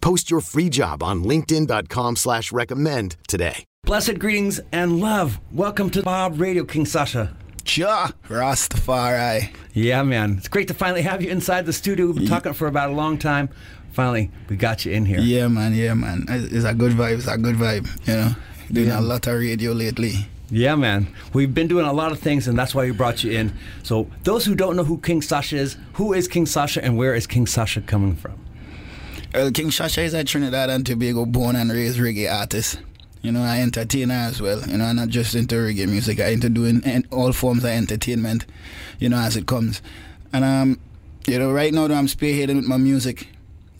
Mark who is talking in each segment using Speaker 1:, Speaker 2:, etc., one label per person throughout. Speaker 1: Post your free job on linkedin.com/recommend slash recommend today.
Speaker 2: Blessed greetings and love. Welcome to Bob Radio King Sasha.
Speaker 3: Ja, Rastafari.
Speaker 2: Yeah, man. It's great to finally have you inside the studio. We've been talking for about a long time. Finally, we got you in here.
Speaker 3: Yeah, man, yeah, man. It's it's a good vibe, it's a good vibe, you know. Doing a lot of radio lately.
Speaker 2: Yeah, man. We've been doing a lot of things, and that's why we brought you in. So, those who don't know who King Sasha is, who is King Sasha, and where is King Sasha coming from?
Speaker 3: Well, King Shasha is a Trinidad and Tobago born and raised reggae artist. You know, I entertainer as well. You know, I'm not just into reggae music. I into doing en- all forms of entertainment. You know, as it comes. And um, you know, right now though, I'm spearheading with my music.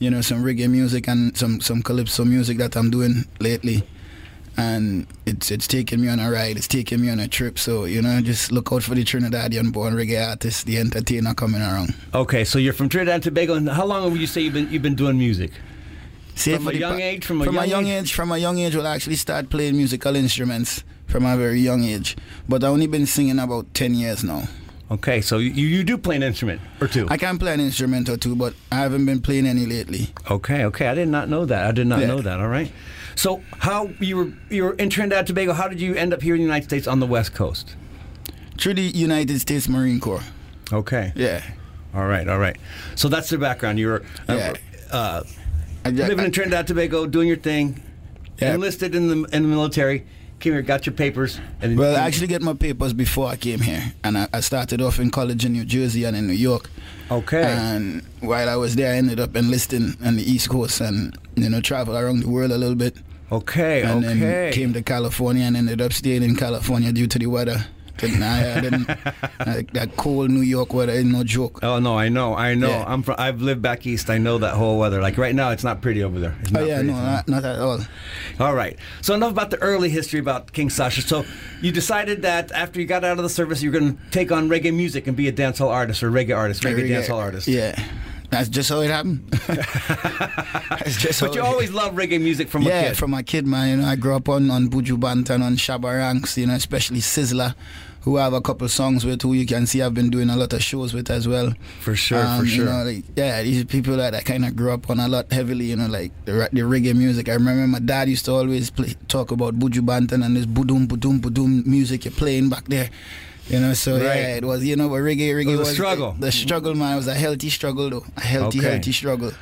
Speaker 3: You know, some reggae music and some some calypso music that I'm doing lately. And it's it's taking me on a ride. It's taking me on a trip. So you know, just look out for the Trinidadian born reggae artist, the entertainer coming around.
Speaker 2: Okay, so you're from Trinidad and Tobago, and how long would you say you've been you've been doing music?
Speaker 3: Say
Speaker 2: From
Speaker 3: for
Speaker 2: a
Speaker 3: the
Speaker 2: young
Speaker 3: pa-
Speaker 2: age, from a young age?
Speaker 3: from a young age, we'll actually start playing musical instruments from a very young age. But I've only been singing about ten years now.
Speaker 2: Okay, so you, you do play an instrument or two.
Speaker 3: I can play an instrument or two, but I haven't been playing any lately.
Speaker 2: Okay, okay. I did not know that. I did not
Speaker 3: Yeah.
Speaker 2: know that. All right. So how you were you were in Trinidad and Tobago? How did you end up here in the United States on the West Coast?
Speaker 3: Through the United States Marine Corps.
Speaker 2: Okay.
Speaker 3: Yeah.
Speaker 2: All right. All right. So that's the background. You were uh,
Speaker 3: Yeah.
Speaker 2: uh,
Speaker 3: I, ju-
Speaker 2: living
Speaker 3: I-
Speaker 2: in Trinidad and Tobago, doing your thing,
Speaker 3: Yeah.
Speaker 2: enlisted in the in the military. Came here, got your papers. And
Speaker 3: Well, I actually get my papers before I came here, and I, I started off in college in New Jersey and in New York.
Speaker 2: Okay.
Speaker 3: And while I was there, I ended up enlisting on the East Coast and you know travel around the world a little bit.
Speaker 2: okay.
Speaker 3: and
Speaker 2: okay.
Speaker 3: then came to California and ended up staying in California due to the weather. Didn't I, I didn't, like, that cold New York weather is no joke.
Speaker 2: Oh no! I know, I know.
Speaker 3: Yeah.
Speaker 2: I'm from. I've lived back east. I know that whole weather. Like right now, it's not pretty over there. It's
Speaker 3: Oh
Speaker 2: not
Speaker 3: yeah,
Speaker 2: pretty.
Speaker 3: no, not, not at all.
Speaker 2: All right. So enough about the early history about King Sasha. So you decided that after you got out of the service, you're going to take on reggae music and be a dancehall artist or reggae artist, reggae,
Speaker 3: Reggae-
Speaker 2: dancehall artist.
Speaker 3: Yeah, that's just how it happened. that's just
Speaker 2: But
Speaker 3: how
Speaker 2: you
Speaker 3: it-
Speaker 2: always loved reggae music from
Speaker 3: yeah,
Speaker 2: a kid.
Speaker 3: from a kid, man. You know, I grew up on on Buju Banton, on Shabba Ranks, you know, especially Sizzler, who I have a couple songs with, who you can see I've been doing a lot of shows with as well. Um,
Speaker 2: For sure, for
Speaker 3: You
Speaker 2: sure.
Speaker 3: know, like, yeah, these are people that I kind of grew up on a lot heavily, you know, like the, ra- the reggae music. I remember my dad used to always play, talk about Buju Banton and this budum budum budum music you're playing back there. You know, so yeah,
Speaker 2: Right.
Speaker 3: it was you know, but reggae, reggae
Speaker 2: was a struggle.
Speaker 3: The, struggle, man, it was a healthy struggle though, a healthy,
Speaker 2: Okay.
Speaker 3: healthy struggle.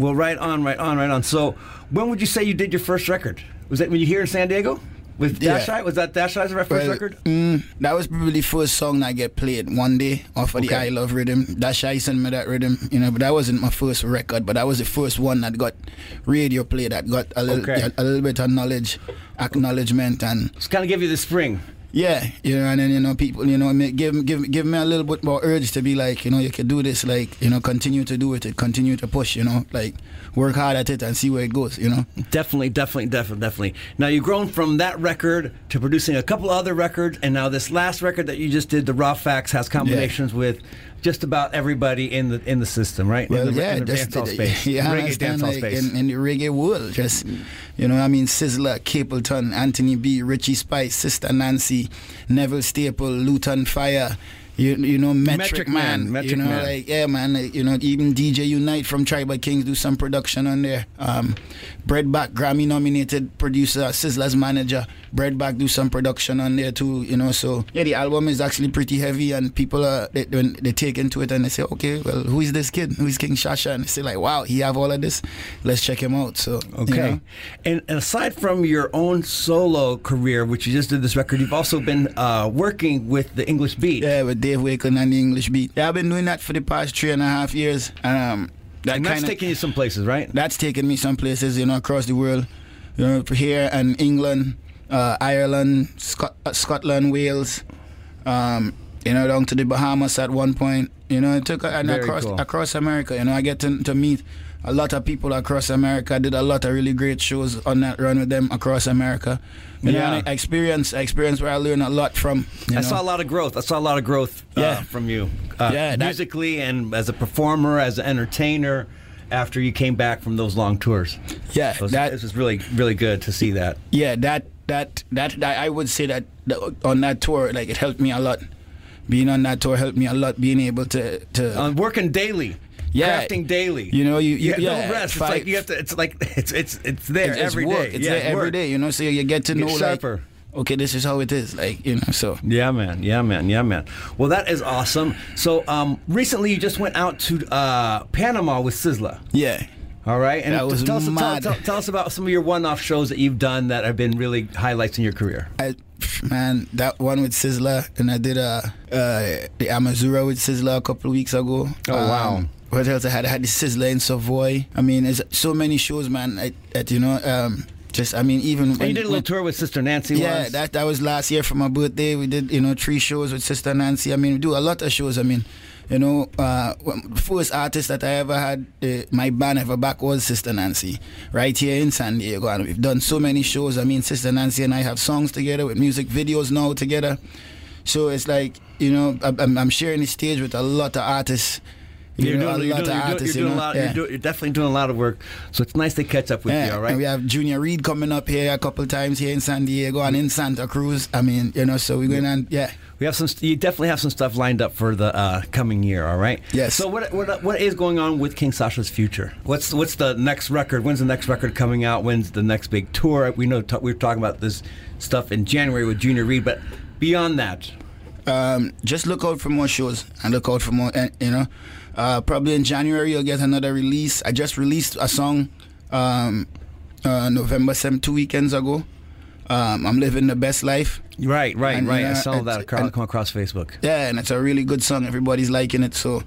Speaker 2: well, right on, right on, right on. So when would you say you did your first record? Was that when you here in San Diego with
Speaker 3: Yeah.
Speaker 2: Dash Eye? Was that Dash Eye's first
Speaker 3: Well,
Speaker 2: record?
Speaker 3: Mm, that was probably the first song that get played one day off of the
Speaker 2: Okay.
Speaker 3: I Love rhythm. That's how he sent me that rhythm, you know. But that wasn't my first record, but that was the first one that got radio play, that got a little,
Speaker 2: Okay.
Speaker 3: a little bit of knowledge, acknowledgement, and
Speaker 2: Just kind of give you the spring.
Speaker 3: yeah, you know. And then you know, people, you know, ma- give give give me a little bit more urge to be like, you know, you can do this, like, you know, continue to do it, continue to push, you know, like work hard at it and see where it goes, you know.
Speaker 2: Definitely, definitely, definitely, definitely. Now you've grown from that record to producing a couple other records, and now this last record that you just did, the Raw Facts, has combinations with just about everybody in the in the system, right? in the, in the
Speaker 3: just
Speaker 2: dancehall
Speaker 3: the-
Speaker 2: space,
Speaker 3: yeah, I
Speaker 2: reggae
Speaker 3: understand,
Speaker 2: dancehall
Speaker 3: like,
Speaker 2: space.
Speaker 3: In, in the reggae world, just you know, I mean, Sizzler, Capleton, Anthony B, Richie Spice, Sister Nancy, Neville Staple, Luton Fire, You, you know Metric,
Speaker 2: Metric
Speaker 3: Man,
Speaker 2: Man, Metric
Speaker 3: you know
Speaker 2: Man.
Speaker 3: like yeah man like, you know even DJ Unite from Tribal Kings do some production on there. Um, Breadback Grammy nominated producer Sizzler's manager Breadback do some production on there too. You know so yeah the album is actually pretty heavy and people are they, when they take into it and they say okay well who is this kid who is King Shasha and they say like wow he have all of this let's check him out so you
Speaker 2: Okay.
Speaker 3: know.
Speaker 2: and, and aside from your own solo career, which you just did this record, you've also been uh, working with the English Beat.
Speaker 3: Yeah, with Dave Wakelin and the English Beat. Yeah, I've been doing that for the past three and a half years. And, um, that
Speaker 2: and that's
Speaker 3: kinda,
Speaker 2: taking you some places, right?
Speaker 3: that's taken me some places, you know, across the world. You know, here and England, uh, Ireland, Scot- uh, Scotland, Wales. Um, you know, down to the Bahamas at one point. You know, it took uh, and
Speaker 2: Very
Speaker 3: across
Speaker 2: cool.
Speaker 3: across America. You know, I get to, to meet a lot of people across America. I did a lot of really great shows on that run with them across America. You know,
Speaker 2: Yeah.
Speaker 3: and I experience experience where I learn a lot from. You
Speaker 2: I
Speaker 3: know.
Speaker 2: saw a lot of growth. I saw a lot of growth uh,
Speaker 3: Yeah.
Speaker 2: from you, uh,
Speaker 3: Yeah, that-
Speaker 2: musically and as a performer, as an entertainer. After you came back from those long tours,
Speaker 3: Yeah,
Speaker 2: it was,
Speaker 3: that-
Speaker 2: it was really, really good to see that.
Speaker 3: yeah that that that, that i would say that, that on that tour like it helped me a lot being on that tour helped me a lot being able to to
Speaker 2: Um, working daily,
Speaker 3: Yeah.
Speaker 2: crafting daily.
Speaker 3: You know, you- you-
Speaker 2: have
Speaker 3: yeah,
Speaker 2: no rest. It's
Speaker 3: five-
Speaker 2: like you have to. It's like it's it's it's there
Speaker 3: it's, it's
Speaker 2: every day.
Speaker 3: work it's
Speaker 2: Yeah,
Speaker 3: there every
Speaker 2: work.
Speaker 3: day you know so you get to
Speaker 2: Get
Speaker 3: know
Speaker 2: sharper.
Speaker 3: like okay this is how it is like you know so
Speaker 2: Yeah, man. Yeah, man. Yeah, man. Well, that is awesome. So, um, recently you just went out to uh, Panama with Sizzla.
Speaker 3: yeah
Speaker 2: All right, and
Speaker 3: That was
Speaker 2: tell, us, tell,
Speaker 3: mad.
Speaker 2: tell, tell us about some of your one-off shows that you've done that have been really highlights in your career.
Speaker 3: I, man, that one with Sizzler, and I did uh, uh, the Amazura with Sizzler a couple of weeks ago. Um,
Speaker 2: Oh, wow.
Speaker 3: What else I had? I had the Sizzler in Savoy. I mean, there's so many shows, man. I, that you know, um, just I mean, even
Speaker 2: And you did a little tour with Sister Nancy.
Speaker 3: Yeah,
Speaker 2: once.
Speaker 3: that that was last year for my birthday. We did you know three shows with Sister Nancy. I mean, we do a lot of shows. I mean, you know, uh, when- first artist that I ever had uh, my band ever back was Sister Nancy, right here in San Diego, and we've done so many shows. I mean, Sister Nancy and I have songs together with music videos now together. So it's like you know, I- I'm, I'm sharing the stage with a lot of artists. You
Speaker 2: You're
Speaker 3: know,
Speaker 2: doing,
Speaker 3: a
Speaker 2: you're
Speaker 3: lot
Speaker 2: doing,
Speaker 3: of
Speaker 2: you're doing,
Speaker 3: artists.
Speaker 2: you're
Speaker 3: you
Speaker 2: doing a
Speaker 3: know?
Speaker 2: lot.
Speaker 3: Yeah.
Speaker 2: You're, doing, you're definitely doing a lot of work. So it's nice they catch up with you. All
Speaker 3: And we
Speaker 2: right.
Speaker 3: have Junior Reed coming up here a couple times here in San Diego and in Santa Cruz. I mean, you know, so we're going on, yeah.
Speaker 2: We have some. st- You definitely have some stuff lined up for the uh, coming year. All right.
Speaker 3: Yes.
Speaker 2: So what, what what is going on with King Sasha's future? What's what's the next record? When's the next record coming out? When's the next big tour? We know t- we were talking about this stuff in January with Junior Reed, but beyond that,
Speaker 3: Um, just look out for more shows and look out for more, and, you know. Uh, probably in January, you'll get another release. I just released a song um, uh, November 7th, two weekends ago. Um, I'm living the best life.
Speaker 2: right, right,
Speaker 3: And,
Speaker 2: right.
Speaker 3: yeah,
Speaker 2: I saw
Speaker 3: it's-
Speaker 2: that across,
Speaker 3: and-
Speaker 2: come across Facebook.
Speaker 3: Yeah, and it's a really good song. Everybody's liking it. So,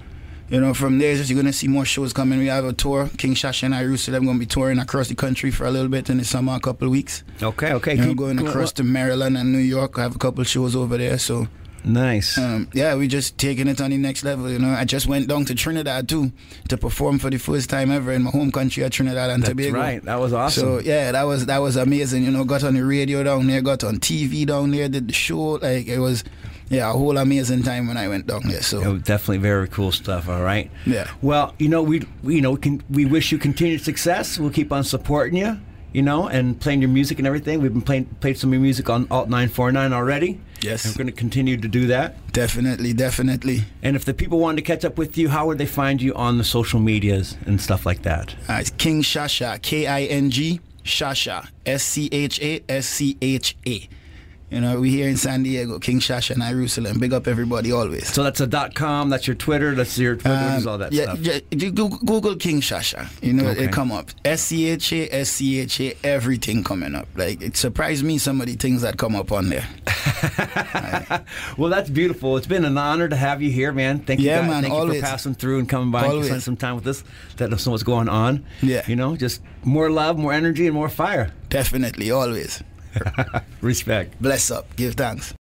Speaker 3: you know, from there, just, you're gonna see more shows coming. We have a tour. King Shasha and I, Rooster, I'm gonna be touring across the country for a little bit in the summer, a couple of weeks.
Speaker 2: Okay. Okay.
Speaker 3: You know,
Speaker 2: keep-
Speaker 3: going
Speaker 2: go-
Speaker 3: across to Maryland and New York. I have a couple of shows over there. So,
Speaker 2: Nice.
Speaker 3: um, yeah, we just taking it on the next level. You know, I just went down to Trinidad too to perform for the first time ever in my home country of Trinidad and
Speaker 2: That's
Speaker 3: Tobago.
Speaker 2: right. That was awesome.
Speaker 3: So yeah, that was that was amazing. You know, got on the radio down there, got on TV down there, did the show. Like it was, yeah, a whole amazing time when I went down there. So
Speaker 2: Oh, definitely very cool stuff. All right.
Speaker 3: Yeah.
Speaker 2: Well, you know, we, we you know, we can we wish you continued success. We'll keep on supporting you, you know, and playing your music and everything. We've been playing played some of your music on Alt Nine Four Nine already.
Speaker 3: Yes.
Speaker 2: And we're going to continue to do that.
Speaker 3: definitely, definitely.
Speaker 2: And if the people wanted to catch up with you, how would they find you on the social medias and stuff like that?
Speaker 3: Uh, it's King Shasha, K I N G Shasha, S C H A S C H A. You know, we here in San Diego, King Shasha and Jerusalem. Big up everybody always.
Speaker 2: So that's a dot com. That's your Twitter. That's your Twitter.
Speaker 3: Um,
Speaker 2: is all that
Speaker 3: yeah,
Speaker 2: stuff.
Speaker 3: yeah, you Google, Google King Shasha. You know,
Speaker 2: Okay.
Speaker 3: it come up. S C H A S C H A. Everything coming up. Like it surprised me some of the things that come up on there.
Speaker 2: Well, that's beautiful. It's been an honor to have you here, man. Thank you,
Speaker 3: Yeah,
Speaker 2: guys.
Speaker 3: man,
Speaker 2: Thank you
Speaker 3: always.
Speaker 2: for passing through and coming by and
Speaker 3: Always.
Speaker 2: spending some time with us. Let us know what's going on.
Speaker 3: Yeah.
Speaker 2: you know, just more love, more energy, and more fire.
Speaker 3: Definitely, always.
Speaker 2: Respect.
Speaker 3: Bless up. Give thanks.